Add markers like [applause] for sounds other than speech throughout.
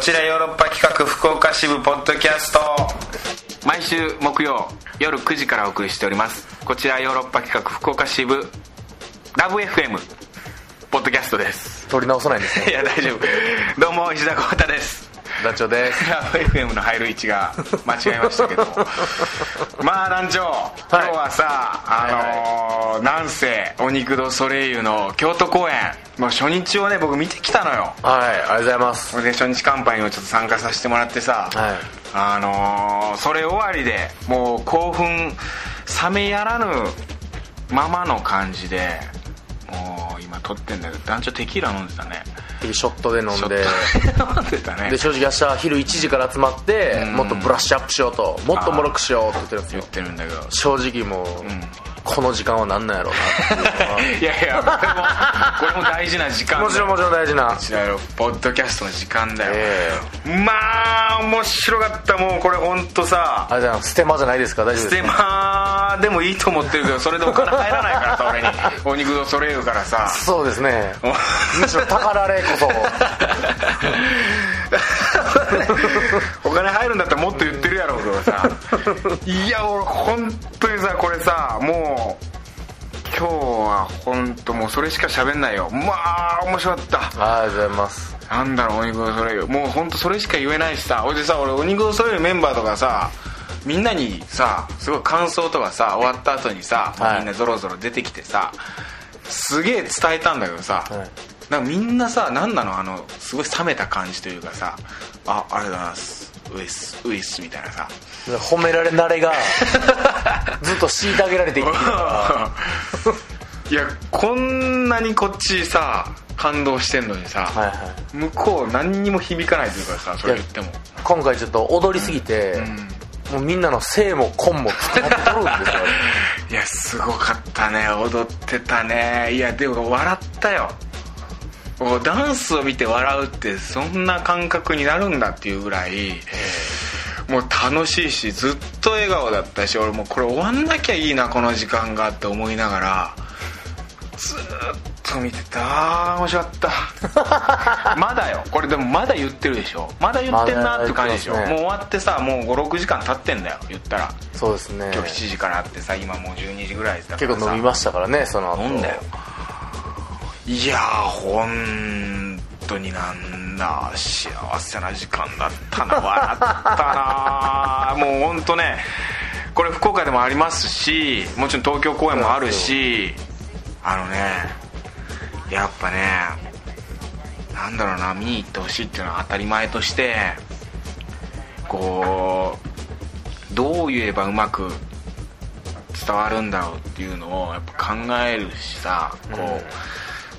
ちらヨーロッパ企画福岡支部ポッドキャスト毎週木曜夜9時からお送りしておりますこちらヨーロッパ企画福岡支部ラブ f m ポッドキャストです取り直さないん [laughs] ですね [laughs] いや大丈夫どうも石田浩太です団長ですラブ f m の入る位置が間違えましたけ [laughs] どまあ団長今日はさ、あのー南西お肉堂ソレイユの京都公演の初日をね僕見てきたのよはいありがとうございますそれで初日カンパニーをちょっと参加させてもらってさ、はいあのーそれ終わりでもう興奮冷めやらぬままの感じでもう今撮ってんだけど団長テキーラ飲んでたねショットで飲ちょっんと [laughs] で飲んでたねで正直明日昼1時から集まってもっとブラッシュアップしようともっともろくしようって言ってるんです言よってるんだけど正直もう、この時間は何なんやろうなっていうの [laughs] いやいやこれもこれも大事な時間だ [laughs] はよもちろんもちろん大事な違うよポッドキャストの時間だよ、えまあ面白かったもうこれ本当さあれだなステマじゃないですか大丈夫ステですマでもいいと思ってるけどそれでお金入らないからさ俺にお肉のそれ言うから [laughs] さそうですねむしろ宝れこ [laughs] そ [laughs] お金入るんだったらもっと言ってるやろうけどさいや俺本当にさこれさもう今日は本当もうそれしか喋んないよまあ面白かったありがとうございますなんだろう鬼越ソレイユもう本当それしか言えないしさおじさ俺鬼越ソレイユメンバーとかさみんなにさすごい感想とかさ終わった後にさ、はいみんなぞろぞろ出てきてさすげえ伝えたんだけどさ、はいなんかみんなさ何なのあのすごい冷めた感じというかさあありがとうございますウイスウイスみたいなさ褒められ慣れがずっと虐げられていってる [laughs] いやこんなにこっちさ感動してんのにさ、 [laughs] はいはい向こう何にも響かないというかさそれ言っても今回ちょっと踊りすぎて、もうみんなの性も根も伝わっとるん [laughs] ですよいやすごかったね踊ってたねいやでも笑ったよおダンスを見て笑うってそんな感覚になるんだっていうぐらいもう楽しいしずっと笑顔だったし俺もうこれ終わんなきゃいいなこの時間がって思いながらずーっと見てたあー面白か [laughs] ったまだよこれでもまだ言ってるでしょまだ言ってんなっていう感じでしょ、まだ言ってますねもう終わってさもう56時間経ってんだよ言ったらそうですね今日7時からあってさ今もう12時ぐらいだから結さ構飲みましたからねその後飲んだよいやー本当になんだ幸せな時間だったな笑ったなもう本当ねこれ福岡でもありますしもちろん東京公演もあるしあのねやっぱねなんだろうな見に行ってほしいっていうのは当たり前としてこうどう言えばうまく伝わるんだろうっていうのをやっぱ考えるしさこう、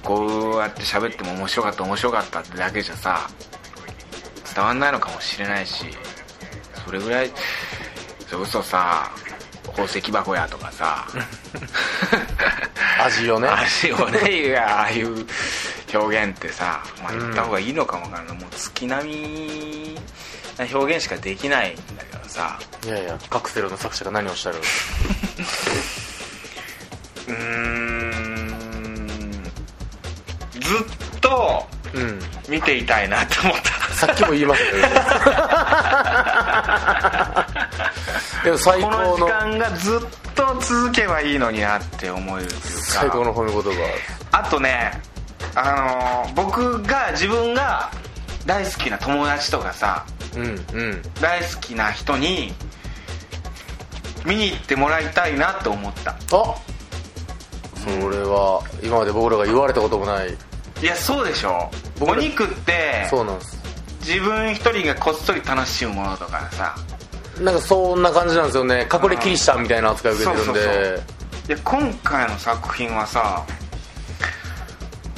こうやって喋っても面白かった面白かったってだけじゃさ伝わんないのかもしれないしそれぐらいそれこそさ宝石箱やとかさ味をね足をねいやああいう表現ってさ、まあ、言った方がいいのかもわからない、もう月並みな表現しかできないんだけどさいやいやカクセルの作者が何をおっしゃるうーんずっとうん見ていたいなと思ったさっきも言いましたけどでも最こ高の時の間がずっと続けばいいのになって思えるというか最高の褒め言葉あとねあのー僕が自分が大好きな友達とかさうんうん大好きな人に見に行ってもらいたいなと思ったあそれは今まで僕らが言われたこともないいやそうでしょお肉ってそうなんです自分一人がこっそり楽しむものとかさなんかそんな感じなんですよね隠れキリシタンみたいな扱いを受けてるんそでうそうそういや今回の作品はさ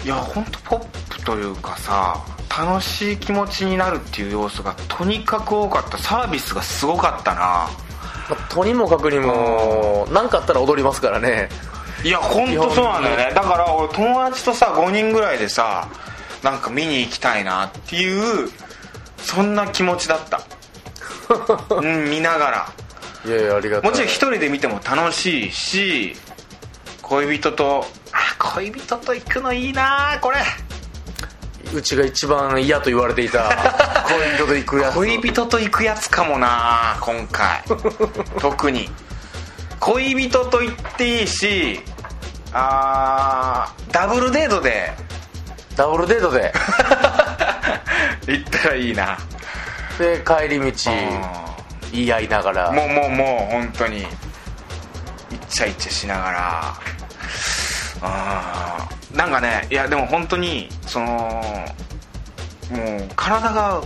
いや本当ポップというかさ楽しい気持ちになるっていう要素がとにかく多かったサービスがすごかったなまあとにもかくにも何かあったら踊りますからねいや本当そうなんだよねだから俺友達とさ5人ぐらいでさなんか見に行きたいなっていうそんな気持ちだったうん見ながら [laughs] いやいやありがともうちろん一人で見ても楽しいし恋人とあ恋人と行くのいいなこれうちが一番嫌と言われてい [laughs] た恋人と行くやつ恋人と行くやつかもな今回特に恋人と言っていいしあーダブルデートでダブルデートで行ったらいいな、で帰り道言い合いながらもうもうもう本当にイチャイチャしながらあーなんかねいやでも本当にそのもう体が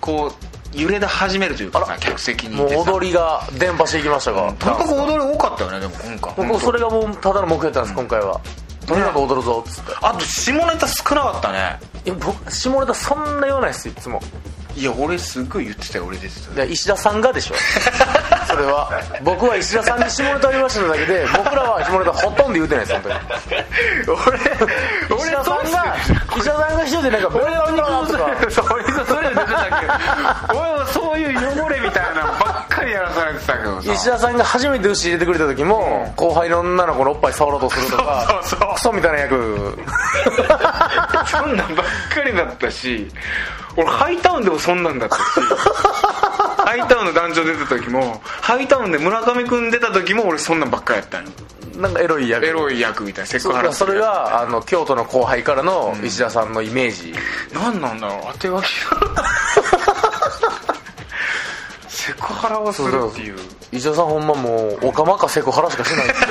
こう揺れ出始めるというかさ客席にもいうてさ踊りが伝播していきましたがとにかく踊り多かったよねでも今回僕それがもうただの目標だったんです今回はとにかく踊るぞっつってあと下ネタ少なかったねいや僕下ネタそんな言わないっすいつもいや俺すごい言ってたよ俺出てたよで石田さんがでしょそれは僕は石田さんに下ネタを言わせただけで僕らは下ネタほとんど言うてないです本当に [laughs] 俺石田さんが石田さんが一人でなんか「俺は俺は」とかそう俺それ出てたけど俺はそういう汚れみたいなのばっかりやらされてたけどさ石田さんが初めて牛入れてくれた時も後輩の女の子のおっぱい触ろうとするとかそうそうそうクソみたいな役そんなんばっかりだったし俺ハイタウンでもそんなんだ [laughs] ったしハイタウンの団長出た時もハイタウンで村上君出た時も俺そんなんばっかりやったのなんかエロい役エロい役みたいなセクそうハだからラそれがあの京都の後輩からの石田さんのイメージ、何なんだろう当て書き [laughs] がセクハラをするっていう石田さんほんまもうおかまかセクハラしかしてないですよ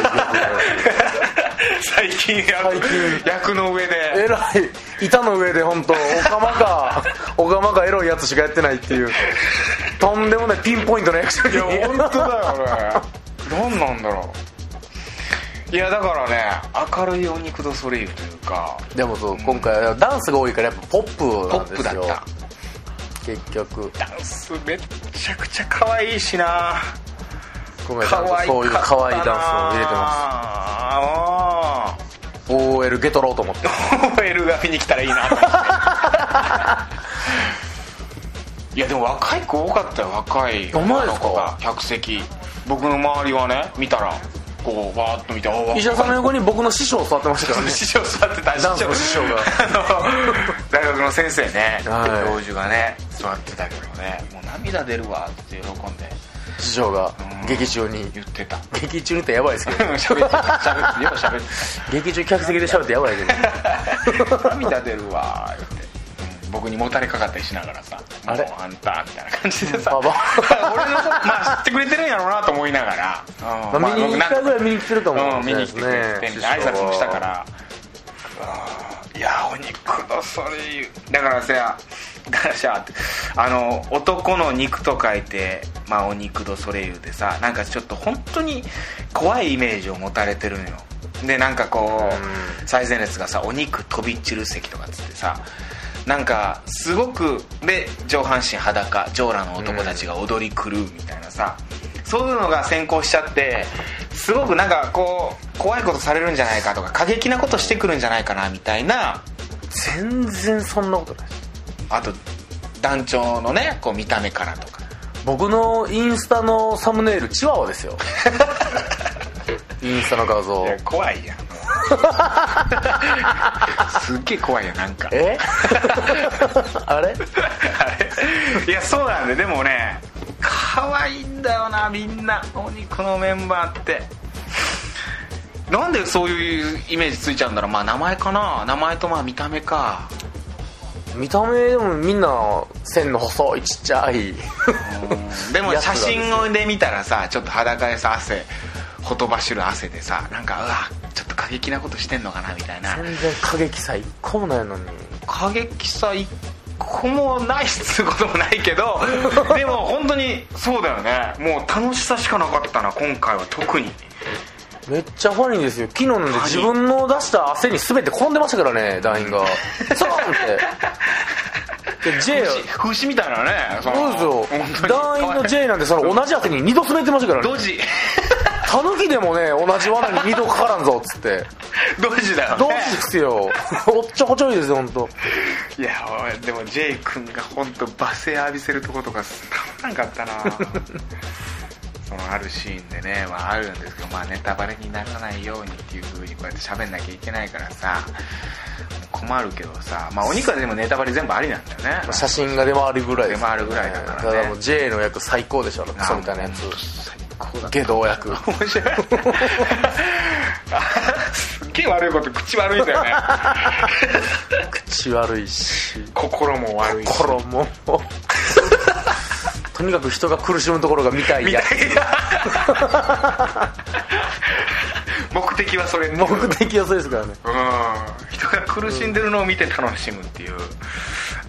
最近最近役の上え [laughs] でらい板の上で本当おかま [laughs] かおかまかエロいやつしかやってないって [laughs] いうとんでもないピンポイントの役者いや本当だよ俺何なんだろういやだからね明るいお肉とソレイユというかでもそう今回ダンスが多いからやっぱポップポなんッでプだすっよた結局ダンスめっちゃくちゃ可愛いしな今回ちゃ可んと愛いそういう可愛いダンスを入れてますます OL ゲトロうと思っ [laughs] てああ OL が見に来たらいいなと思 [laughs] っていやでも若い子多かったよ若いお前女でのすか子が客席僕の周りはね見たらこうバーッと見てああ若い [laughs] [laughs] 石田さんの横に僕の師匠座ってましたからね師匠座ってたダンスの師 [laughs] 匠があの大学の先生ね、はい教授がね座ってたけどねもう涙出るわって喜んで師匠がうん劇中に言ってた劇中にってやばいですけど [laughs] [laughs] 喋ってた喋 [laughs] ってよう喋って劇中客席で喋ってやばいけどた涙出るわー言ってうん僕にもたれかかったりしながらさ「あれもうあんた」みたいな感じでさ [laughs] バ俺のバことまあ知ってくれてるんやろうなと思いながら、うんまあ見に僕一なんか回ぐらい見に来てると思ううんん、で見すに来てねくれてみたいな挨拶もしたからうんいやお肉のそれだからさだからさあの男の肉と書いて、まあ、お肉どそれ言うでさなんかちょっと本当に怖いイメージを持たれてるのよでなんかこう、最前列がさお肉飛び散る席とかっつってさなんかすごくで上半身裸ジョーラの男たちが踊り狂うみたいなさ、そういうのが先行しちゃってすごくなんかこう怖いことされるんじゃないかとか過激なことしてくるんじゃないかなみたいな全然そんなことないあと団長のねこう見た目からとか僕のインスタのサムネイルチワワですよ [laughs] インスタの画像いや怖いやん [laughs] すっげえ怖いやんなんかえ [laughs] あれ [laughs] あれいやそうなんででもね可愛いんだよなみんなお肉のメンバーってなんでそういうイメージついちゃうんだろうまあ名前かな名前とまあ見た目か見た目でもみんな線の細いちっち [laughs] ゃいでもやつら写ですよ真をで見たらさちょっと裸でさ汗ほとばしる汗でさなんかうわちょっと過激なことしてんのかなみたいな全然過激さ一個もないのに過激さ一個もないっつうこともないけ [laughs] どでも本当にそうだよねもう楽しさしかなかったな今回は特にめっちゃファニーですよ昨日なんでファニー自分の出した汗に全て転んでましたからね団員がゾーンってで J 風刺みたいなねそそうですよ団員のェ J なんてその同じ汗に2度滑ってましたからねドジ [laughs] タヌキでもね同じ罠に2度かからんぞっつってドジだよねどうですよおっちょこちょいですよ本当。いやおいでも J 君が本当罵声浴びせるとことかたまらんか [laughs] ったなそのあるシーンでね、まあ、あるんですけど、まあ、ネタバレにならないようにっていう風にこうやって喋んなきゃいけないからさ困るけどさまあお肉はでもネタバレ全部ありなんだよね写真が出回るぐらいです出回るぐらいだからねだからもう J の役最高でしょあのクソみたいなやつ下道役面白いすっげえ悪いこと口悪いんだよ [laughs] ね口悪いし心も悪いし心も [laughs] とにかく人が苦しむところが見たいや目的はそれっていううん目的はそうですからね人が苦しんでるのを見て楽しむっていう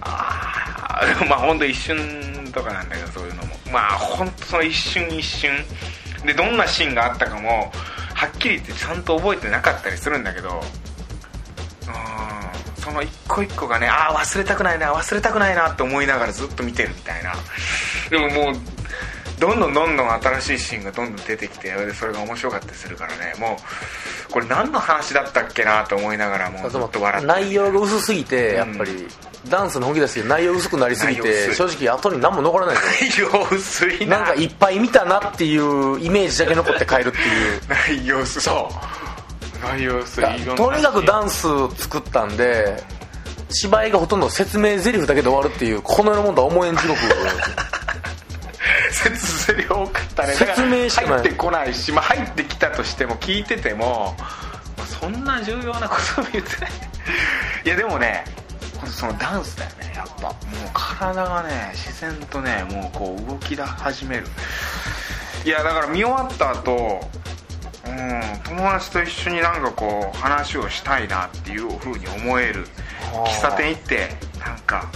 ああまあ本当一瞬とかなんだけどそういうのもまあ本当その一瞬一瞬でどんなシーンがあったかもはっきり言ってちゃんと覚えてなかったりするんだけどうんその一個一個がねああ忘れたくないな忘れたくないなって思いながらずっと見てるみたいなでももうどんどんどんどん新しいシーンがどんどん出てきてでそれが面白かったりするからねもうこれ何の話だったっけなと思いながらもうずっと笑って内容が薄すぎてやっぱり、ダンスの本気出すけど内容薄くなりすぎ内容て薄正直後に何も残らないですよ内容薄いななんかいっぱい見たなっていうイメージだけ残って帰るっていう内容薄そう内容薄いだろんなとにかくダンスを作ったんで芝居がほとんど説明台詞だけで終わるっていうこの世のもんとは思えん地獄 [laughs] 説明多かったね説明しかないだから入ってこないし、まあ、入ってきたとしても聞いてても、まあそんな重要なことも言ってないいやでもねそのダンスだよねやっぱもう体がね自然とねもうこう動き出始めるいやだから見終わった後うん友達と一緒になんかこう話をしたいなっていうふうに思える喫茶店行ってなんか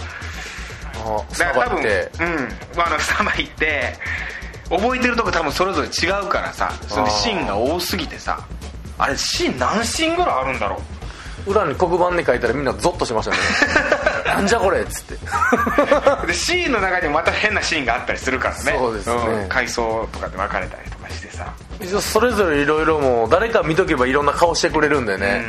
ああスだタからバ多分ってうんまああのスタバ行って覚えてるとこ多分それぞれ違うからさそのシーンが多すぎてさあれシーン何シーンぐらいあるんだろう [laughs] 裏に黒板で書いたらみんなゾッとし [laughs] ましたねなんじゃこれっつってでシーンの中にもまた変なシーンがあったりするからねそうですねん回想とかで別れたりとかしてさ一応それぞれいろいろもう誰か見とけばいろんな顔してくれるんでね、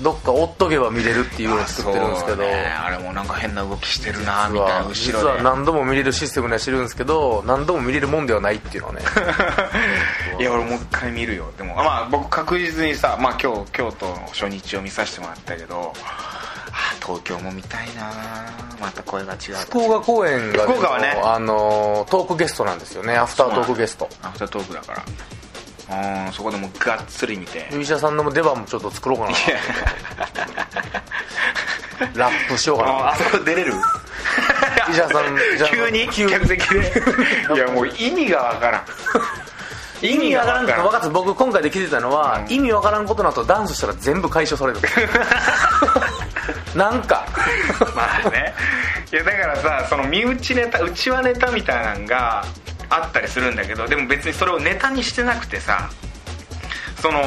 どっか追っとけば見れるっていうのを作ってるんですけど、そうねあれもなんか変な動きしてるなみたい実なは後実ろはで何度も見れるシステムにはしてるんですけど何度も見れるもんではないっていうのはね [laughs] いや俺もう一回見るよでもあまあ僕確実にさ、まあ、今日京都の初日を見させてもらったけどあ東京も見たいなまた声が違う福岡公演が福岡はねあのトークゲストなんですよねアフタートークゲストアフタートークだからうんそこでもうがっつり見てゆいしゃさんの出番もちょっと作ろうかなラップしようかなああそこ出れる [laughs] 医者さん医者さ [laughs] ん急に急に客席 [laughs] でいやもう意味がわからん意味わからん意味かが分かった僕今回できてたのは、意味わからんことなとダンスしたら全部解消さ [laughs] れるなんかまあねいやだからさその身内ネタうちわネタみたいなのがあったりするんだけどでも別にそれをネタにしてなくてさその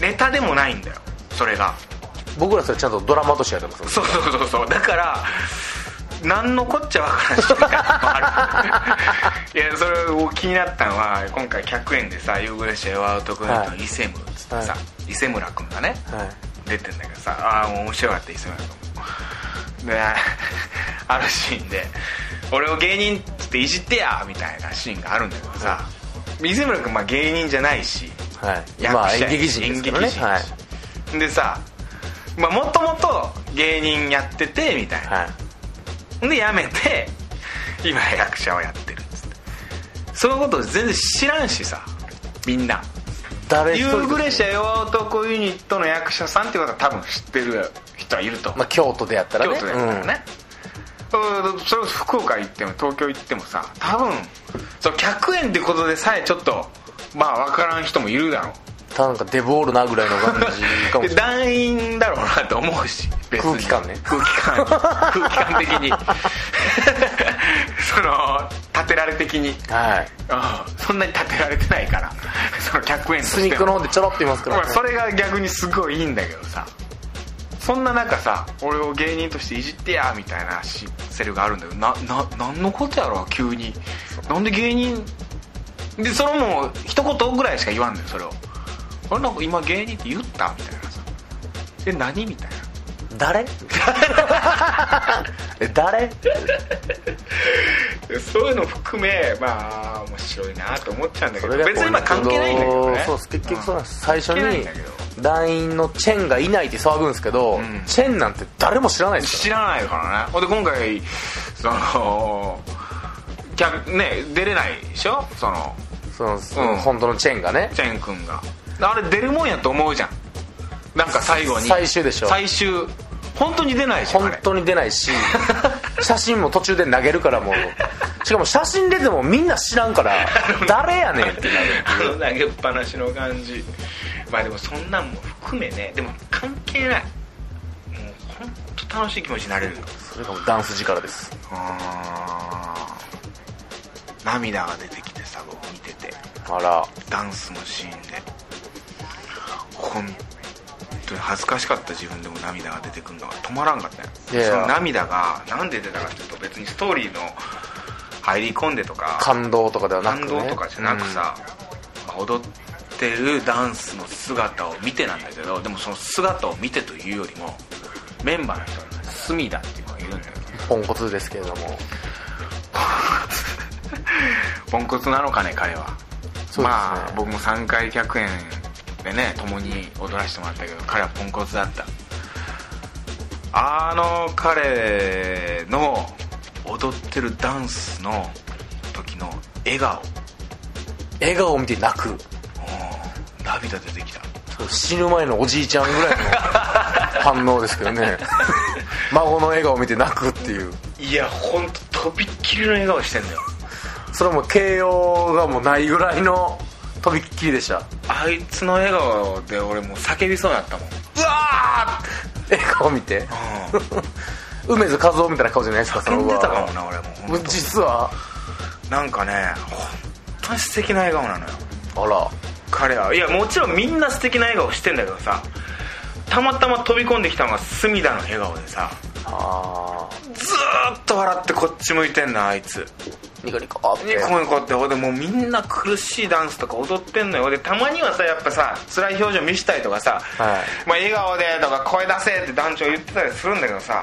ネタでもないんだよそれが僕らそれちゃんとドラマとしてやってますそうそうそうそうだから何のこっちゃわからんしみたいなのもあ [laughs] るいやそれを気になったのは今回100円でさ夕暮れシェワートクライトの伊勢ムっつってさ、は伊勢村君がね、はい出てんだけどさああーもう面白かった伊勢村君で [laughs] あるシーンで「俺を芸人っつっていじってや!」みたいなシーンがあるんだけどさ伊勢村君まあ芸人じゃないしはい役者まあやし演劇人ですからね演劇人はいやしでさまあもともと芸人やっててみたいな、はいで辞めて今役者をやってるっつってそういうこと全然知らんしさみんな誰一夕人です暮れ社弱男ユニットの役者さんってことは多分知ってる人はいると思まうあ、京都でやったら京ね都だったらね、うんそれこそ福岡行っても東京行ってもさ多分その100円ってことでさえちょっとまあ分からん人もいるだろううんただなんかデブオールなぐらいの感じかもでし [laughs] れない団員だろうなと思うし別に空気感ね空気 [laughs] 感空気感的にその立てられ的にはいうんそんなに立てられてないからその100円とスしニてックのも方でちょろっといますから、まあね、それが逆にすごいいいんだけどさそんな中さ俺を芸人としていじってやみたいなしセリフがあるんだけどなな何のことやろ急になんで芸人でそれも一言ぐらいしか言わんのよそれを俺なんか今芸人って言ったみたいなさえ何みたいな誰 [laughs] え誰でそういうの含めまあ面白いなと思っちゃうんだけそどれが別に今関係ないんだけどねそうです結局そうなんです、最初関係ないにんだけど団員のチェンがいないって騒ぐんですけど、んチェンなんて誰も知らないです知よらないからねほんで今回その客ね出れないでしょそのその、うん本当のチェンがねチェン君があれ出るもんやと思うじゃんなんか最後に最終でしょ最終本当に出ないじゃんあ本れ当に出ない [laughs] し写真も途中で投げるからもうしかも写真出てもみんな知らんから [laughs] 誰やねんってなるあの投げっぱなしの感じまあでもそんなんも含めねでも関係ないもう本当楽しい気持ちになれるよそれがもうダンス力ですあー涙が出てきてさ僕見ててあらダンスのシーンで本当に恥ずかしかった自分でも涙が出てくるのが止まらんかったよいやいやその涙がなんで出たかっていうと別にストーリーの入り込んでとか感動とかではなく、感ね、動とかじゃなくさ、踊ってるダンスの姿を見てなんだけどでもその姿を見てというよりもメンバーの人が隅だっていうのがいるんだよねうんポンコツですけれどもポンコツなのかね彼はそうですねまあ僕も3回100円でね共に踊らせてもらったけど彼はポンコツだったあの彼の踊ってるダンスの時の笑顔笑顔を見て泣くうん涙出てきた死ぬ前のおじいちゃんぐらいの反応ですけど [laughs] ね孫の笑顔を見て泣くっていういや本当とびっきりの笑顔してんだよそれはもう慶応がもうないぐらいのとびっきりでしたあいつの笑顔で俺もう叫びそうになったもんうわ笑顔見てーって、梅津和夫みたいな顔じゃないですかそうん、叫のんでたかもうわな俺も本当実はなんかね本当に素敵な笑顔なのよあら彼はいやもちろんみんな素敵な笑顔してんだけどさたまたま飛び込んできたのが隅田の笑顔でさあずーっと笑ってこっち向いてんのあいつーニコニコってニコニコってほんでもうみんな苦しいダンスとか踊ってんのよでたまにはさやっぱさ辛い表情見したりとかさ、はいまあ、笑顔でとか声出せって団長言ってたりするんだけどさ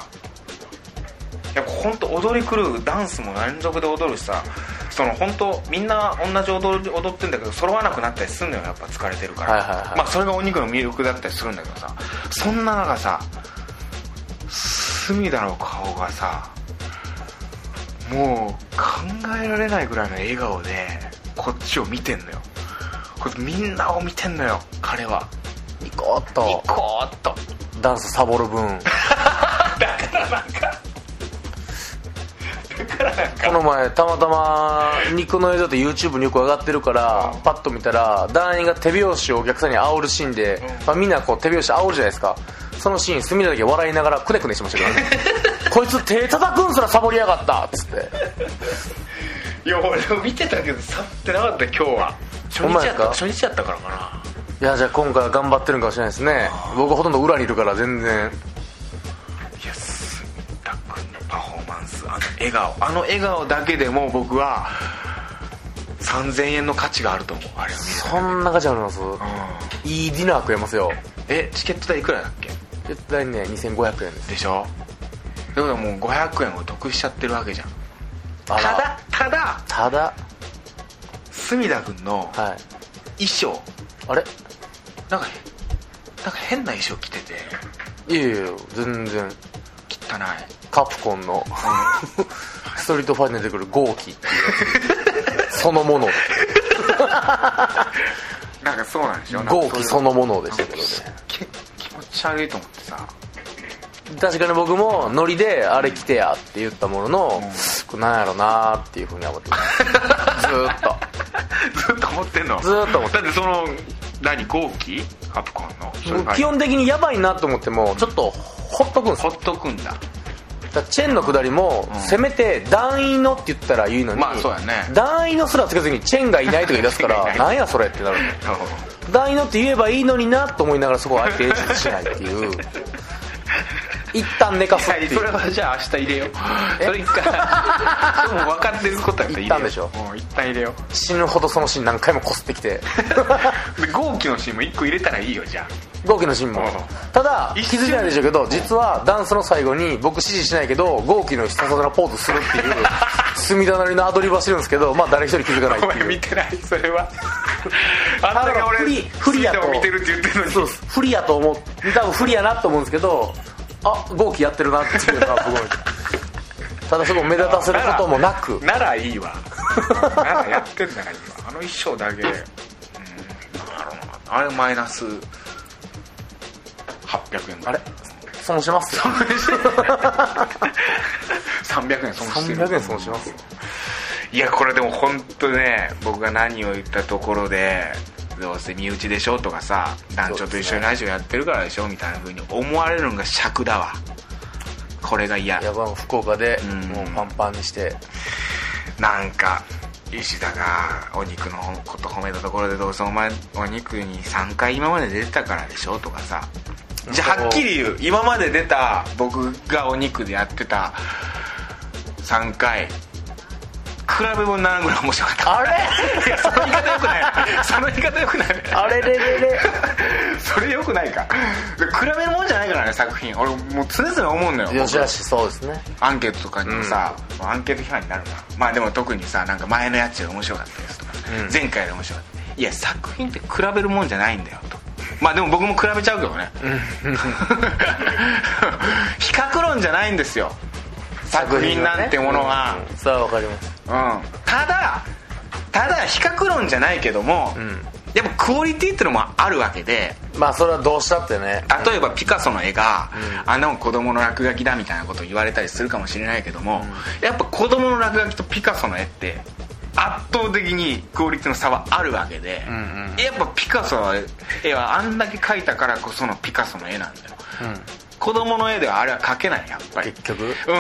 やっぱ本当踊り狂うダンスも連続で踊るしさその本当みんな同じ踊り踊ってんだけど揃わなくなったりすんのよやっぱ疲れてるから、はいはいはいまあそれがお肉の魅力だったりするんだけどさそんな中さ隅田の顔がさもう考えられないぐらいの笑顔でこっちを見てんのよこれみんなを見てんのよ彼はニコっニとコーっとダンスサボる [laughs] 分この前たまたま肉の映像って YouTube によく上がってるからパッと見たら団員が手拍子をお客さんに煽るシーンで、まあ、みんなこう手拍子煽るじゃないですかそのシーン隅田だけ笑いながらくねくねしてました [laughs] けどねこいつ手叩くんすらサボりやがったっつっていや俺も見てたけど去ってなかった今日は初ほんま日ややっったた初日やったからかないやじゃあ今回は頑張ってるんかもしれないですね僕ほとんど裏にいるから全然いや住田君のパフォーマンスあの笑顔あの笑顔だけでもう僕は3000円の価値があると思うあれを見るそんな感じありますいいディナー食えますよえチケット代いくらだっけ絶対ね2500円ですでしょってことはもう500円を得しちゃってるわけじゃんあただただただ隅田君の衣はい装あれなんかなんか変な衣装着てていやいや全然汚いカプコンの [laughs] ストリートファイターに出てくるゴーキっていうやつそのものなんかそうなんでしょゴーキそののものでしたけどね気持ち悪いと思ってさ確かに僕もノリであれ来てやって言ったものの、これなんやろなーっていうふうに思ってますずーっと [laughs] ずっと思ってんのずーっと思ってだってその何号機カプコンのそれ基本的にヤバいなと思ってもちょっとほっとくんですほよっとくん [laughs] だだからチェーンの下りも、せめて団員のって言ったらいいのに、まあそうやね団員のすらつけずにチェーンがいないとか言い出すかチェーンが [laughs] らいないなんやそれってなる団員のって言えばいいのになと思いながらそこをあえて演出しないっ [laughs] ていう一旦寝かすっていうそれはじゃあ明日入れようそれ一回それもう分かってることやったら入れよう一旦でしょもう一旦入 [laughs] れよ死ぬほどそのシーン何回もこすってき [laughs] てうで号機のシーンも一個入れたらいいよじゃゴーキのシーンもうんただ気一瞬づいてないでしょうけど実はダンスの最後に僕指示しないけどゴーキの必殺技のポーズする [laughs] っていう隅田なりのアドリブはしてるんですけどまあ誰一人気づかないあおって前いう見てないそれはあんだけあの俺フリフリや水と道見てるって言ってるのにそうです不利やと思う多分不利やなと思うんですけどあ豪輝やってるなっていうのはすごいただそこを目立たせることもなくならいいわ [laughs] ならやってんならいいわあの衣装だけうんあれマイナス800円ぐらいあ [laughs] れ損しますよ300円損してる300円損しますよいやこれでも本当ね僕が何を言ったところでどうせ身内でしょとかさ団長と一緒にラジオやってるからでしょみたいな風に思われるのが尺だわこれが嫌いやばい福岡でうんもうパンパンにしてなんか石田がお肉のこと褒めたところでどうせお前お肉に3回今まで出てたからでしょとかさじゃあはっきり言う今まで出た僕がお肉でやってた3回比べ物にならんぐらい面白かったあれいやその言い方よくないその言い方よくないあれれれれ [laughs] それよくないかで比べるもんじゃないからね作品俺もう常々思うのよよしよしそうですねアンケートとかにもさ、アンケート批判になるなまあでも特にさなんか前のやつより面白かったですとか、うん前回より面白かったいや作品って比べるもんじゃないんだよとまあでも僕も比べちゃうけどね [laughs] 比較論じゃないんですよ作品なんてものは、うんそれはわかりますうん、ただただ比較論じゃないけども、んやっぱクオリティってのもあるわけでまあそれはどうしたってね例えばピカソの絵が、あの子供の落書きだみたいなことを言われたりするかもしれないけども、やっぱ子供の落書きとピカソの絵って圧倒的にクオリティの差はあるわけで、んやっぱピカソの絵はあんだけ描いたからこそのピカソの絵なんだよ子供の絵ではあれは描けないやっぱり結局う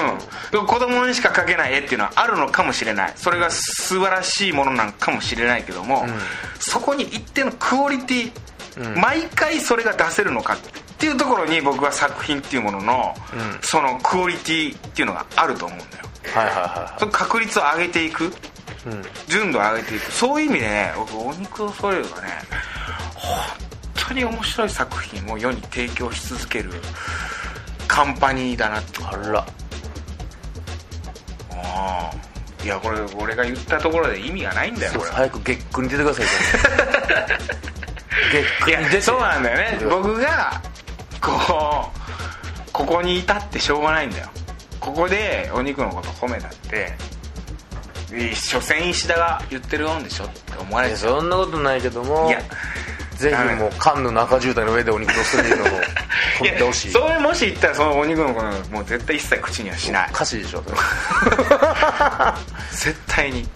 ん、子供にしか描けない絵っていうのはあるのかもしれないそれが素晴らしいものなのかもしれないけども、んそこに一定のクオリティ、うん毎回それが出せるのかっていうところに僕は作品っていうものの、うんそのクオリティっていうのがあると思うんだよはいはいはその確率を上げていくいはいうん純度を上げていくそういう意味でね僕お肉を添えるがね本当に面白い作品を世に提供し続けるカンパニーだなとあらああいやこれ俺が言ったところで意味がないんだよそうこれは早く月9に出てください [laughs] い月9に出てやそうなんだ [laughs] よね出て僕がこうここにいたってしょうがないんだよここでお肉のこと褒めたってい所詮石田が言ってるもんでしょって思われいやてそんなことないけどもいやぜひもう缶の中渋滞の上でお肉をするの [laughs] をい止めてやほしいそれもし言ったらそのお肉のこともう絶対一切口にはしない歌詞でしょそれ絶対に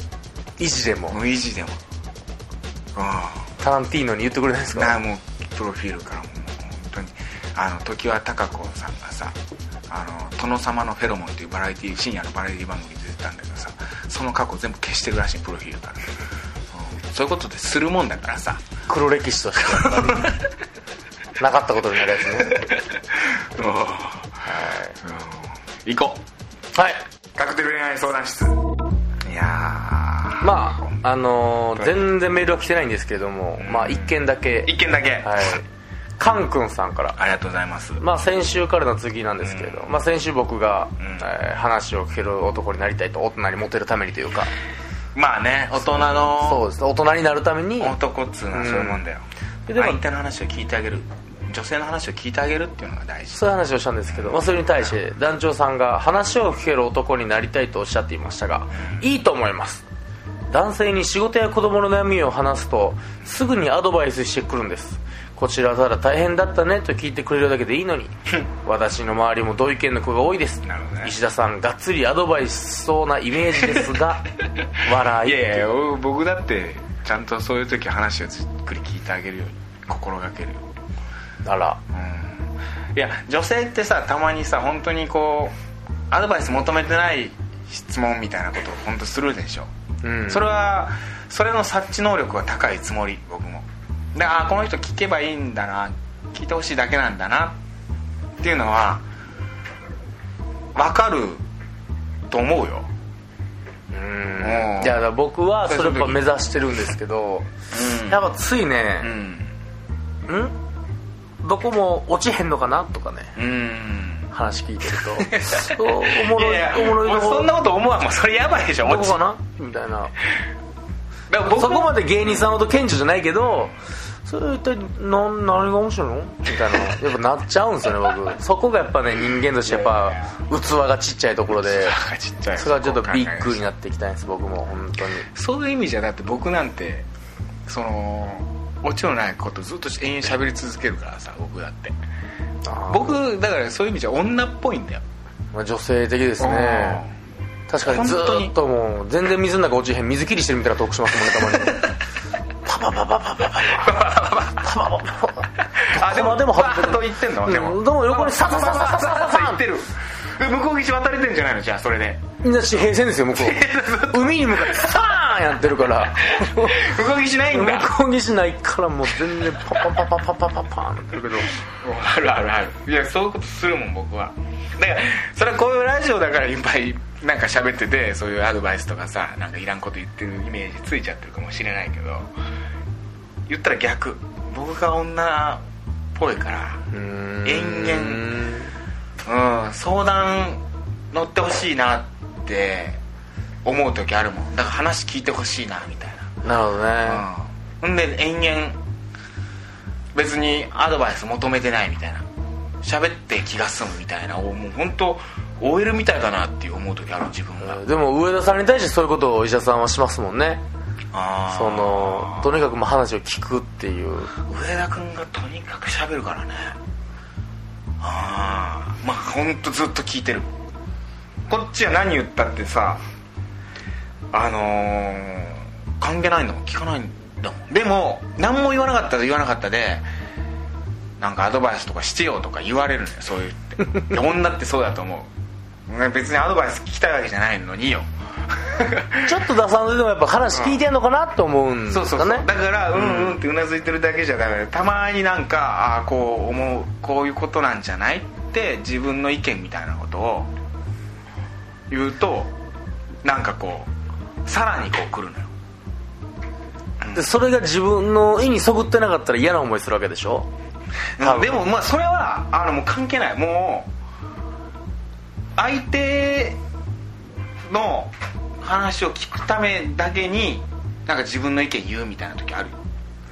維持でも無意地でもうんタランティーノに言ってくれないですなかあもうプロフィールからもう本当にあの常盤貴子さんがさ「あの殿様のフェロモン」というバラエティ深夜のバラエティ番組に出てたんだけどさその過去全部消してるらしいプロフィールから、うんそういうことでするもんだからさ黒歴史としてやっぱりなかったことになるやつ [laughs] ねうんうん行こはい。うカクテル恋愛相談室いやーまあ、あのー全然メールは来てないんですけれども、まあ、一件だけ。一件だけ、はい。カン君さんから。ありがとうございますまあ、先週からの次なんですけれど、まあ、先週僕が、んえー話を聞ける男になりたいと、大人にモテるためにというか、まあね大人そうのですね、大人になるために、男っつうのはそういうもんだよ、うんでも相手の話を聞いてあげる女性の話を聞いてあげるっていうのが大事そういう話をしたんですけど、まあ、それに対して団長さんが話を聞ける男になりたいとおっしゃっていましたがいいと思います男性に仕事や子供の悩みを話すとすぐにアドバイスしてくるんですこちらただ大変だったねと聞いてくれるだけでいいのに私の周りも同意見の子が多いです、なるほどね石田さんがっつりアドバイスしそうなイメージで [laughs] すが笑いいやいやお僕だってちゃんとそういう時話をじっくり聞いてあげるように心がけるよあらうんいや女性ってさたまにさ本当にこうアドバイス求めてない質問みたいなことを本当するでしょ、うんそれはそれの察知能力は高いつもり僕もでああこの人聞けばいいんだな聞いてほしいだけなんだなっていうのは分かると思うよいやだから僕はそれやっぱ目指してるんですけど、うんやっぱついね、うんんどこも落ちへんのかなとかねうん話聞いて [laughs] るとおおもろいややおもろい俺とこそんなこと思わんもんそれやばいでしょど落こちかなみたいなだから僕そこもまで芸人さんほど顕著じゃないけどそれ一体な何が面白いのみたいなやっぱなっちゃうんですよね僕そこがやっぱね人間としてやっぱ器がちっちゃいところでちっちゃいそれはちょっとビッグになっていきたいんです僕も本当にそういう意味じゃだって僕なんてそのオチのないことずっと延々喋り続けるからさ僕だってあー僕だからそういう意味じゃ女っぽいんだよまあ女性的ですね確かにずーっともう全然水の中落ちへん水切りしてるみたいなトークしますもんねたまにあでもでもバーッと言ってんのでもうんでも横にササササササササ言ってるで向こう岸渡れてんじゃないのじゃあそれでみんな地平線ですよ向こう海に向かってサーンやってるから向こう岸ないんだ向こう岸ないからもう全然パパパパパパパパーンなってるけど [laughs] あるあるあるいやそういうことするもん僕はだからそれはこういうラジオだからいっぱいなんか喋っててそういうアドバイスとかさなんかいらんこと言ってるイメージついちゃってるかもしれないけど言ったら逆僕が女っぽいからうん延々、うん、相談乗ってほしいなって思う時あるもんだから話聞いてほしいなみたいななるほどうねん、ほんで延々別にアドバイス求めてないみたいな喋って気が済むみたいなおもう本当 OL みたいだなっていう思う時ある自分がでも上田さんに対してそういうことを医者さんはしますもんねあーそのとにかくまあ話を聞くっていう上田君がとにかく喋るからねああまあ本当ずっと聞いてるこっちは何言ったってさあのー関係ないんだもん聞かないんだもんでも何も言わなかったら言わなかったでなんかアドバイスとかしてよとか言われるのよそういうっていや女ってそうだと思うね別にアドバイス聞きたいわけじゃないのによちょっと出さんでもやっぱ話聞いてんのかなと思うんですそかうねそうそうだからうんうんってうなずいてるだけじゃダメだたまになんかああこう思うこういうことなんじゃないって自分の意見みたいなことを言うとなんかこうさらにこう来るのよでそれが自分の意にそぐってなかったら嫌な思いするわけでしょ多分でもまあそれはあのもう関係ないもう相手の話を聞くためだけになんか自分の意見言うみたいな時あるよ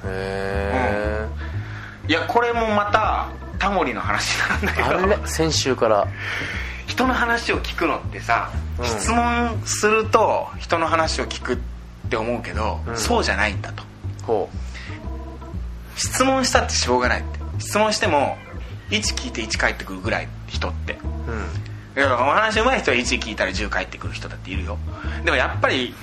へいやこれもまたタモリの話なんだけえ、どあれ先週から人の話を聞くのってさ、うん質問すると人の話を聞くって思うけど、うんそうじゃないんだとこ質問したってしょうがないって質問しても1聞いて1返ってくるぐらい人ってう、うん、いやお話上手い人は1聞いたら10返ってくる人だっているよでもやっぱり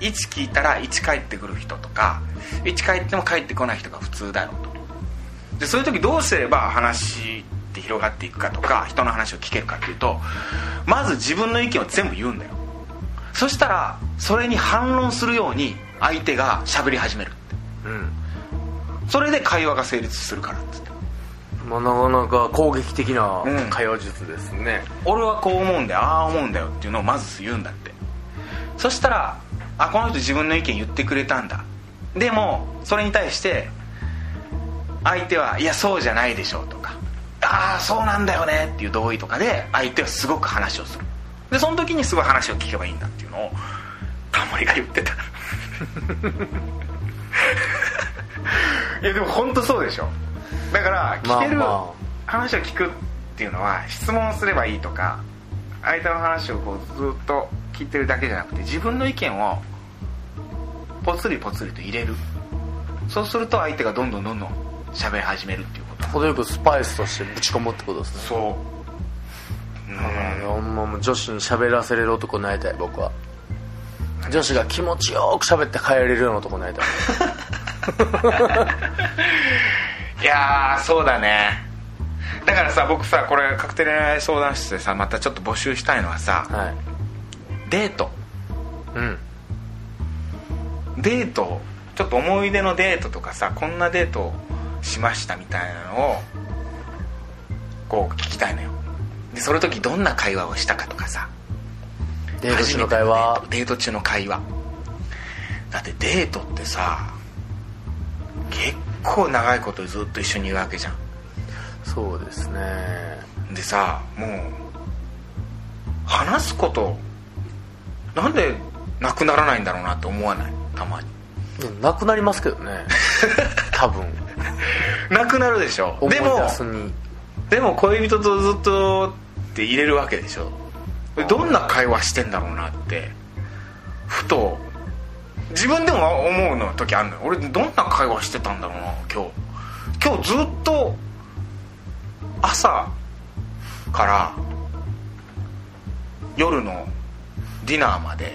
1聞いたら1返ってくる人とか1返っても返ってこない人が普通だろうとでそういう時どうすれば話って広がっていくかとか人の話を聞けるかっていうとまず自分の意見を全部言うんだよそしたらそれに反論するように相手が喋り始めるそれで会話が成立するからっつってうん、まあ、なかなか攻撃的なうん会話術ですね、俺はこう思うんだよああ思うんだよっていうのをまず言うんだってそしたらあこの人自分の意見言ってくれたんだでもそれに対して相手はいやそうじゃないでしょうとかああそうなんだよねっていう同意とかで相手はすごく話をするでその時にすごい話を聞けばいいんだっていうのをタモリが言ってたいやでも本当そうでしょだから聞けるまあま話を聞くっていうのは質問すればいいとか相手の話をこうずっと聞いてるだけじゃなくて自分の意見をポツリポツリと入れるそうすると相手がどんどんどんどん喋り始めるっていうこと程よくスパイスとしてぶち込むってことですねそうだからねほんまもう女子に喋らせれる男になりたい僕は女子が気持ちよく喋って帰れるような男になりたいいやーそうだねだからさ僕さこれ確定恋愛相談室でさまたちょっと募集したいのはさはいデートうんデートちょっと思い出のデートとかさこんなデートしましたみたいなのをこう聞きたいのよでその時どんな会話をしたかとかさデート中の会初話めてのデートデート中の会話だってデートってさ結構長いことずっと一緒にいるわけじゃそうですねんでさもう話すことなんでなくならないんだろうなって思わないたまにでなくなりますけどね多分なくなるでしょ思いでも出すにでも恋人とずっとって入れるわけでしょどんな会話してんだろうなってふと自分でも思うの時あるのよ俺どんな会話してたんだろうな今日今日ずっと朝から夜のディナーまで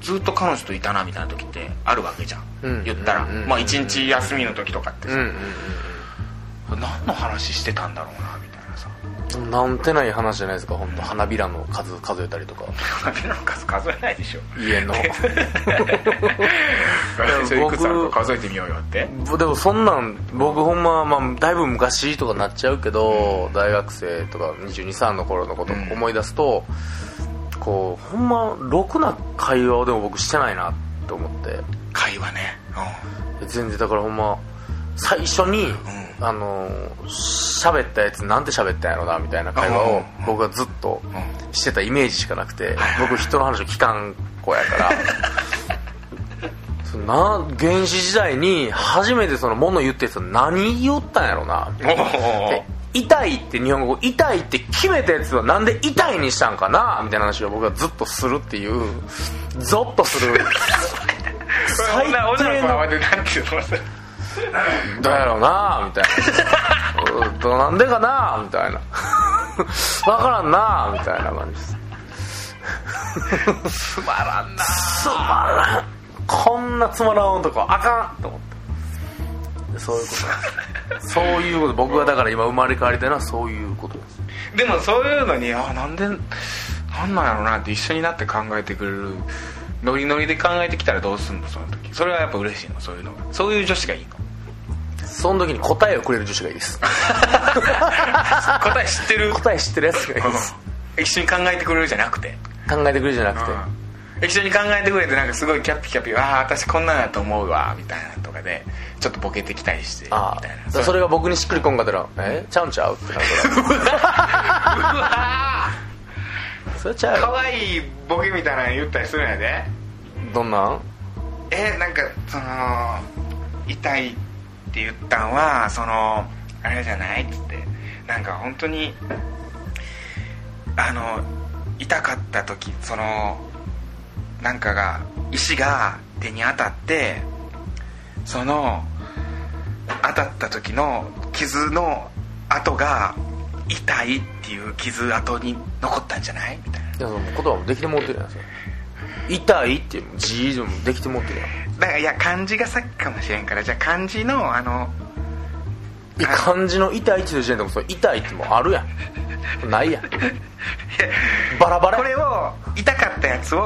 ずっと彼女といたなみたいな時ってあるわけじゃん、うん言ったら、うんまあ一日休みの時とかってさ、うんうん何の話してたんだろうなみたいなさうんなんてない話じゃないですか本当花びらの数数えたりとか [laughs] 花びらの数数えないでしょ家のそれいくつあるか数えてみようよって [laughs] でもそんなん僕ほんま、まあ、だいぶ昔とかなっちゃうけど、大学生とか2 2 3の頃のことをうん思い出すと、こうほんまろくな会話をでも僕してないなと思って会話ね全然だからほんま最初に、んあの喋ったやつなんて喋ったんやろなみたいな会話うんうんをうん僕はずっとんしてたイメージしかなくて、はい僕人の話を聞かん子やからその [laughs] な原始時代に初めてその物言ってる人何言ったんやろなうんおで痛いって日本語痛いって決めたやつはなんで痛いにしたんかなみたいな話を僕はずっとするっていうゾッとする最低女の女の子はでなんていうのどうやろうなみたいなうんどうなんでかなみたいなわからんなみたいな感じですつまらんなつまらんこんなつまらんとこあかんと思ってそういうことなんですそういうこと僕がだから今生まれ変わりたいのはそういうことですでもそういうのにあなんでなんなんやろうなって一緒になって考えてくれるノリノリで考えてきたらどうすんのその時それはやっぱ嬉しいのそういうのがそういう女子がいいのその時に答えをくれる女子がいいです答え知って [laughs] る答え知ってるやつがいいですうん一緒に考えてくれるじゃなくて考えてくれるじゃなくてうん一緒に考えてくれてなんかすごいキャピキャピ「ああ私こんなんやと思うわ」みたいなのとかでちょっとボケてきたりしてみああたいだか [laughs] ならそれが僕にしっくりこんかったら「えちゃうんちゃう?」ってなるからそれちゃうかよわいいボケみたいなの言ったりするんやでどんなんえなんかその痛いって言ったんはそのあれじゃないっつってなんか本当にあの痛かった時そのなんかが石が手に当たってその当たった時の傷の跡が痛いっていう傷跡に残ったんじゃないみたいないやその言葉もできてもってるやんそれ痛いっていうのもじーでもできてもってるやんだからいや漢字がさっきかもしれんからじゃあ漢字のあのいや漢字の痛いっていう時点でもその痛いってもうあるやんないやんバラバラこやんれを痛かったやつを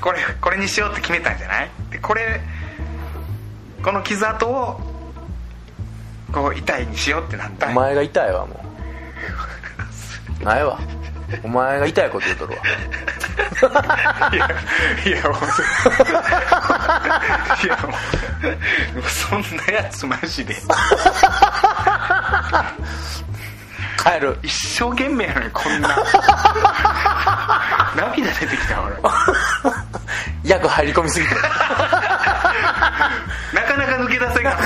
これこれにしようって決めたんじゃないでこれこの傷跡をこう痛いにしようってなったおんや前が痛いわもうないわお前が痛いこと言うとるわいやいやもういやもうそんなやつマジで帰る一生懸命やのにこんな涙出てきた俺役入り込みすぎてなかなか抜け出せんから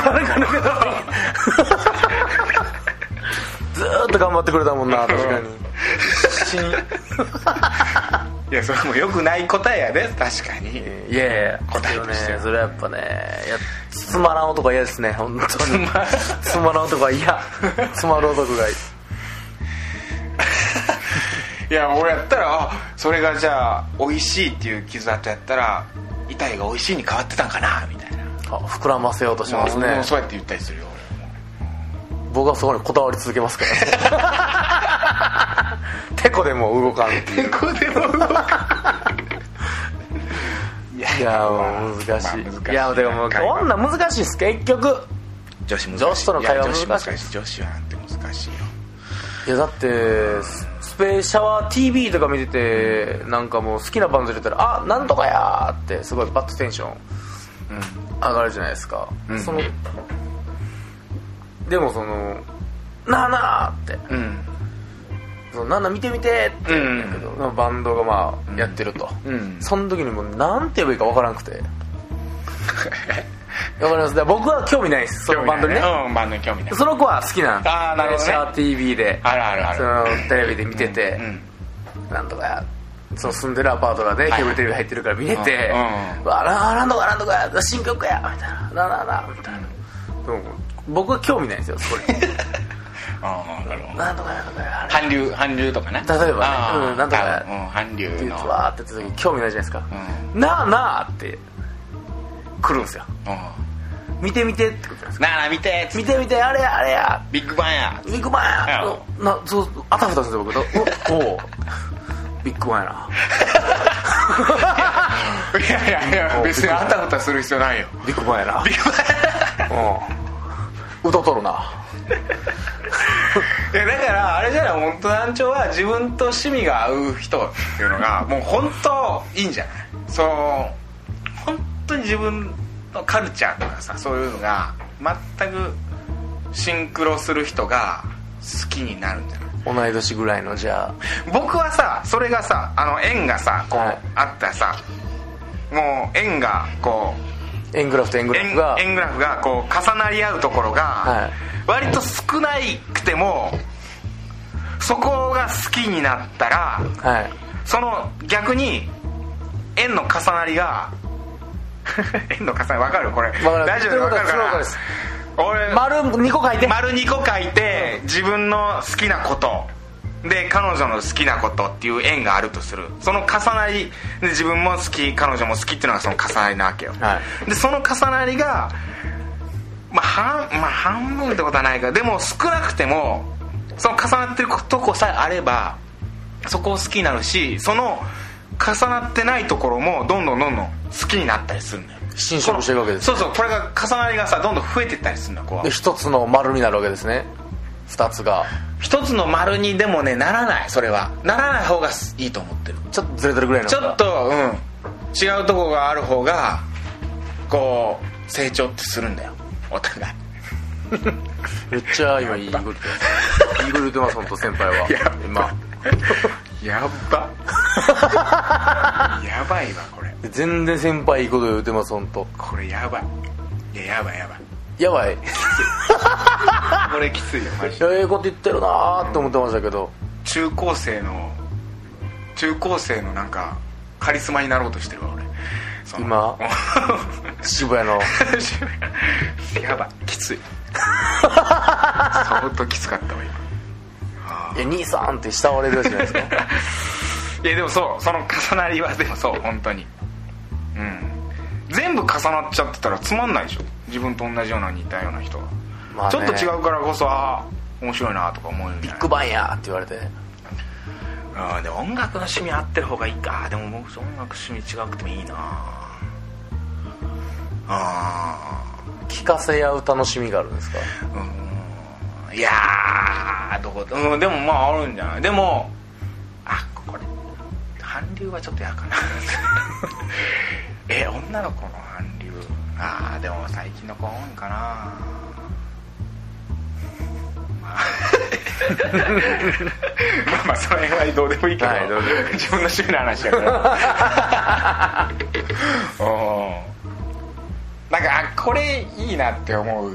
ずーっと頑張ってくれたもんな確かに必死にいやそれもよくない答えやで確かにいやいや答えとしてねそれはやっぱねいやつまらん男は嫌ですね本当につまらん男は嫌つまる男がいいいや俺やったらあそれがじゃあ美味しいっていう傷跡やったら痛いが美味しいに変わってたんかなみたいなあ膨らませようとしますもうねもうそうやって言ったりするよ僕はそこにこだわり続けますから [laughs] ねてこでも動かんっていう俺こうでもいやもう難しい、まあ難しいいやでももう会話こんなん難しいです結局女子難しい女子との会話いや女子難しい女子はなんて難しいよいやだってススペシャワー TV とか見ててなんかもう好きなバンド出たら「あなんとかや!」ってすごいバッとテンション上がるじゃないですか、んそのでもその「なあなあ!」ってうんうん「そのなあなあ見てみて!」って言うんやけど、バンドがまあやってると、うん [laughs] その時にもうなんて言えばいいかわからなくてわかりますだから僕は興味ないですそのバンドにねうんバンドに興味ないその子は好きなんですあーなるほどねシャー TV であるあるあそるのテレビで見てて、うんなんとかやその住んでるアパートがねケーブルテレビ入ってるから見れてうん「わあなんとかなんとかや新曲や」みたいな「ななな」みたいなでも僕は興味ないんですよそれ [laughs] うんうんなるほどなんとかやなんとかやあれ韓流韓流とかね例えばねあーうんなんとか多分うん韓流って言のってわーってやった時に興味ないじゃないですか「なあなあ」って来るんですようんうん見て見てってことなんですかなあなあ見て見て見てあれやあれやビッグバン [laughs] やビッグバンやおなそうあたふたするんですよ僕おおビッグバンやないやいやいや別にあたふたする必要ないよビッグバンやなうん歌とるないやだからあれじゃない本当団長は自分と趣味が合う人っていうのがもう本当いいんじゃないその本当に自分のカルチャーとかさそういうのが全くシンクロする人が好きになるんじゃない同い年ぐらいのじゃ僕はさそれがさあの縁がさあ、こうはい、あったさもう縁がこう円グラフと円グラ円フが円グラフがこう重なり合うところはがい割と少ないくてもそこが好きになったらはいその逆に円の重なりが [laughs] 円の重なりわかるこれわかる大丈夫わかるかそういうことなです俺丸2個書いて丸2個書いて自分の好きなことで彼女の好きなことっていう縁があるとするその重なりで自分も好き彼女も好きっていうのがその重なりなわけよ、はでその重なりがまあ半,、まあ、半分ってことはないからでも少なくてもその重なってるとこさえあればそこを好きになるしその重なってないところもどんどんどんどん好きになったりするんだよ侵食していくわけですそうそうこれが重なりがさどんどん増えてったりするんだこうで一つの丸になるわけですね二つが一つの丸にでもねならないそれはならない方がいいと思ってるちょっとずれてるぐらいのちがょっとうん違うとこがある方がこう成長ってするんだよお互いめっちゃ今いいこと言ってますいいこと言ってます本当先輩やは今やっば [laughs] やばいわこれ全然先輩いいこと言ってます本当これやばいいややばいやばいやばいこれきついよマジでええこと言ってるなーって思ってましたけど中高生の中高生のなんかカリスマになろうとしてるわ俺その [laughs] 今渋谷の [laughs] やばいきつい相当きつかったわ今「いや兄さん」って慕われるやつじゃないですかいやでもそうその重なりはでもそう本当にうん全部重なっちゃってたらつまんないでしょ自分と同じような似たような人が、まあねちょっと違うからこそああ面白いなとか思えるんじビゃッないグバンやーって言われてうんでも音楽の趣味合ってる方がいいかでも僕音楽趣味違くてもいいなあ聞かせ合う楽しみがあるんですかーいやーどこ、うん、でもまああるんじゃないでもあこれ韓流はちょっと嫌かな [laughs] え女の子の韓流ああでも最近の子多いんかな [laughs] まあ [laughs] まあまあその辺はどうでもいいけど,、はいどうでもいい自分の趣味の話やから [laughs] うんなんかあこれいいなって思う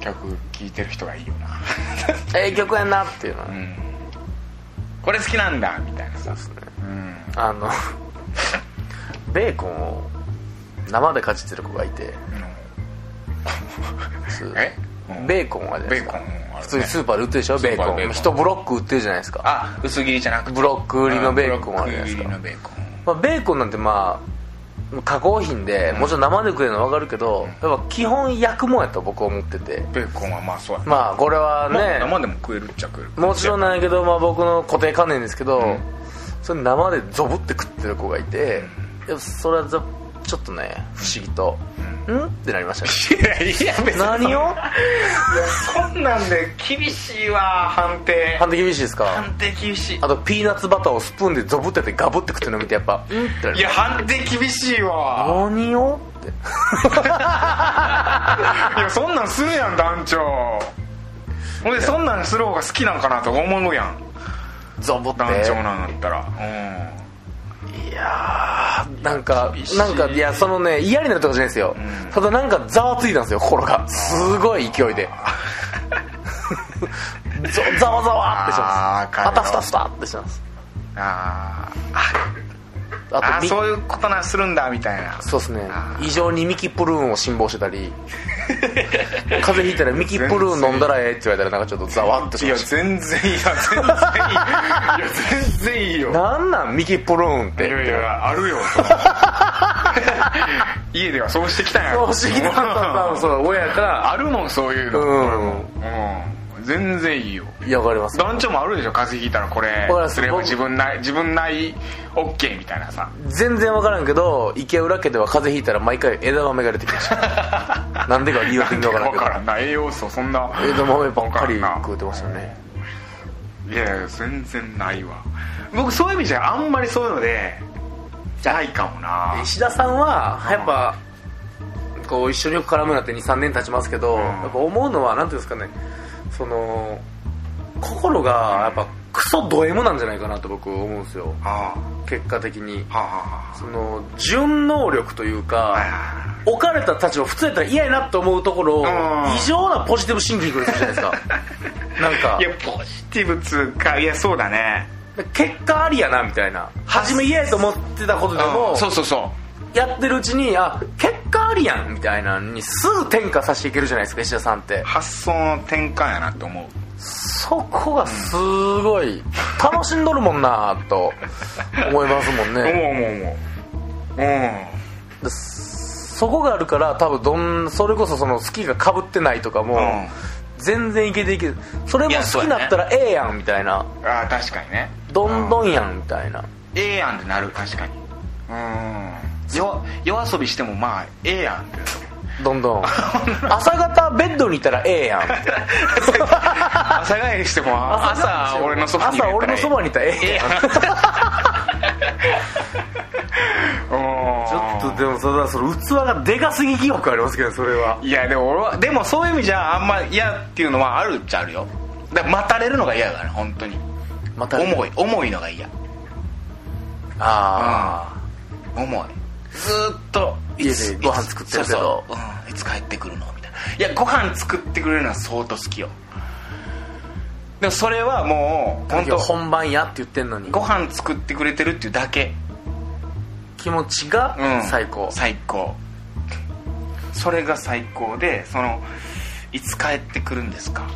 曲聴いてる人がいいよなええ曲やんなっていうのは、うん [laughs] これ好きなんだみたいなそさうですねうんあの [laughs] ベーコンを生でかじってる子がいて普通えベーコンはじゃないですかベーコンあるね普通にスーパーで売ってるでしょベースーパコーンでベーコン一ブロック売ってるじゃないですかあ薄切りじゃなくてブロック売りのベーコンあるじゃないですブロッか、ク入りのベーコンまあ、ベーコンなんてまあもう加工品で、もちろん生で食えるの分かるけど、やっぱ基本焼くもんやと僕は思っててベーコンはまあそうやねまあこれはね、生でも食えるっちゃ食えるもちろんなんやけど、まあ、僕の固定観念ですけど、んそれ生でゾブって食ってる子がいて、やっぱそれはざちょっとね不思議と、うん、ってなりましたねいやいや別に何をそんなんで厳しいわ判定判定厳しいですか判定厳しいあとピーナッツバターをスプーンでゾブってやってガブって食ってるの見てやっぱうんってなりいましや判定厳しいたわ何をっていやそんなんするやん団長ほんでそんなんする方が好きなんかなとか思うやんゾブって団長なんだったらうんいやーなんかなんかいやそのね嫌になるとかじゃないですよ、ただなんかざわついたんですよ心がすごい勢いでざ [laughs] ざわざわってしあーまわすかるあよたふたふたってしますああああみそういうことなするんだみたいなそうですねあ異常にミキプルーンを辛抱してた [laughs] り風邪ひいたらミキプルーン飲んだらええって言われたらなんかちょっとざわっとしいやまし全然いいや全然いいいや全然いいよたなんなんミキプルーン [laughs] いってやいやあるよ [laughs] 家ではそうしてきたんや不思議だったんそう親からあるもんそういううの、んうん、全然いいよいやわかります団長もあるでしょ風邪ひいたらこれわかりますすれば僕自分ない自分ない OK みたいなさ全然わからんけど池浦家では風邪ひいたら毎回枝豆が出てきました [laughs] なんでか理由全然わわかかららんんな栄養素そんなけど枝豆ばっかりわらんな食うてましたねいやいや全然ないわ僕そういう意味じゃあんまりそういうのでじゃないかもな石田さんはやっぱこう一緒によく絡むようになって23年経ちますけど、んやっぱ思うのはなんていうんですかねその心がやっぱクソド M なんじゃないかなと僕思うんですよあ結果的にあはあはその純能力というか、あはいはいはい置かれた立場普通やったら嫌やなと思うところんを異常なポジティブシンキングにするじゃな [laughs] いですかなんかいやポジティブつうかいやそうだね結果ありやなみたいな初め嫌やと思ってたことでもうんそうそうそうやってるうちにあ結果ありやんみたいなのにすぐ転化させていけるじゃないですか石田さんって発想の転換やなって思うそこがすごい楽しんどるもんなと思いますもん思うね思う思ううんでそこがあるから多分どんそれこそその好きがかぶってないとかも、うん全然いけていけるそれもいやそう好きやねだったらええやんみたいなああ確かにねどんどんやんみたいなええやんってなる確かにうんよ夜遊びしてもまあええやんってどんどん朝方ベッドにいたらええやんみたいな朝帰りしてもあ朝俺のそばに朝俺のそばにいたらええやんちょっとでもそれはその器がでかすぎ疑惑ありますけどそれはいやでも俺はでもそういう意味じゃあんま嫌っていうのはあるっちゃあるよだから待たれるのが嫌だから本当にまた重い重いのが嫌ああ重いずーっと家でいつご飯作ってるけどそうそう、うん、いつ帰ってくるのみたいないやご飯作ってくれるのは相当好きよでもそれはもう本今当日本番やって言ってんのにご飯作ってくれてるっていうだけ、気持ちがうん、最高最高それが最高でそのいつ帰ってくるんですか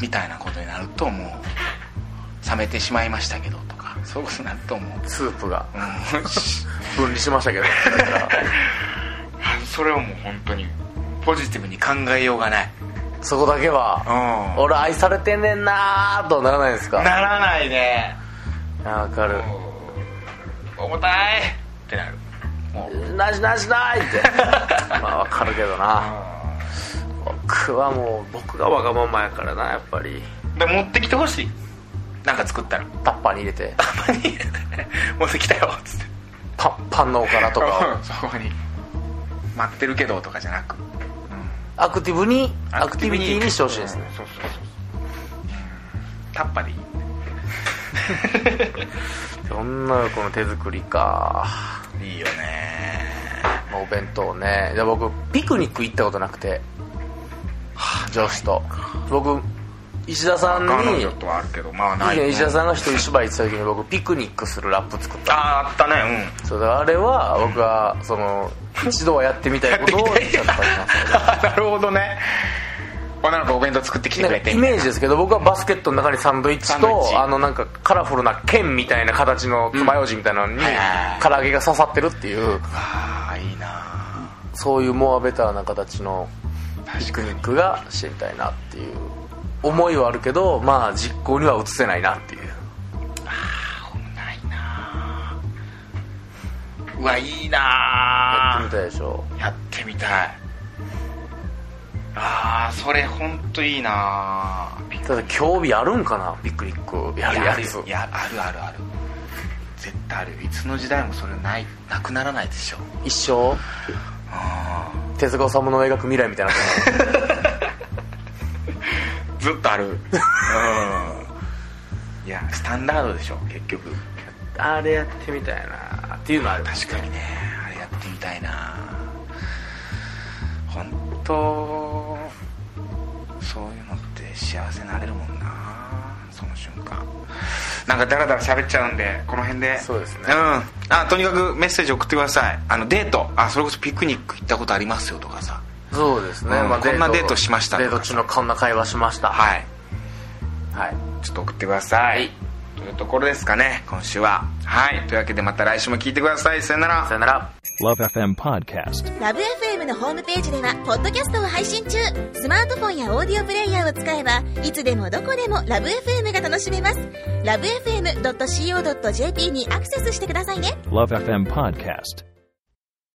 みたいなことになるともう冷めてしまいましたけどとかそういうことになるともうスープがうんし分離し [laughs] ましたけどだからそれをもう本当にポジティブに考えようがないそこだけうはん俺愛されてんねんなーとはならないですかならないねわかる重たいってなるもうなしなしな [laughs] いってまあわかるけどな僕はもう僕がわがままやからなやっぱりで持ってきてほしいなんか作ったらタッパーに入れてたまに [laughs] 「持ってきたよ」っつってパンパンのおからとかうん [laughs] そこに待ってるけどとかじゃなくをアクティブにアクティビティにしてほしいですねうんそうそうそうそううんタッパでいいそんなこの手作りか、いいよねまあ、お弁当ねで僕ピクニック行ったことなくて上司と僕石田さん彼に女とはあるけどまあないいいねね石田さんが一人芝居行ってた時に僕ピクニックするラップ作ったあああったねそうだからあれは僕がその一度はやってみたいことをやったりしますうん [laughs] なるほどね女の子お弁当作ってきてくなれんかてイメージですけど僕はバスケットの中にサンドイッチサンドイッチとあのなんかカラフルな剣みたいな形の爪楊枝みたいなのにはいはい唐揚げが刺さってるっていうああいいなそういうモアベターな形の確ピクかニにックが知りたいなっていう思いはあるけどまあ実行には移せないなっていうないなうわいいなやってみたいでしょやってみたいああそれ本当いいなピただ興味あるんかなピクニックやるやついやあるあるある絶対あるよいつの時代もそれないなくならないでしょ一生手塚治虫の描く未来み [laughs] たいなずっとあるうんいやスタンダードでしょ結局あれやってみたいななっていうのはある確かにねあれやってみたいな本当そういうのって幸せになれるもんなその瞬間なんかダラダラ喋っちゃうんでこの辺でそうですねうんあとにかくメッセージ送ってくださいあのデートあそれこそピクニック行ったことありますよとかさそうですね、うんまあ、こんなデートしましたとデかート中のこんな会話しましたはいはい、ちょっと送ってください、というところですかね今週ははいというわけでまた来週も聞いてくださいさよならさよなら Love FM Podcast. ラブ f m のホームページではポッドキャストを配信中スマートフォンやオーディオプレイヤーを使えばいつでもどこでもラブ f m が楽しめますラブ FM.co.jp にアクセスしてくださいね Love FM Podcast.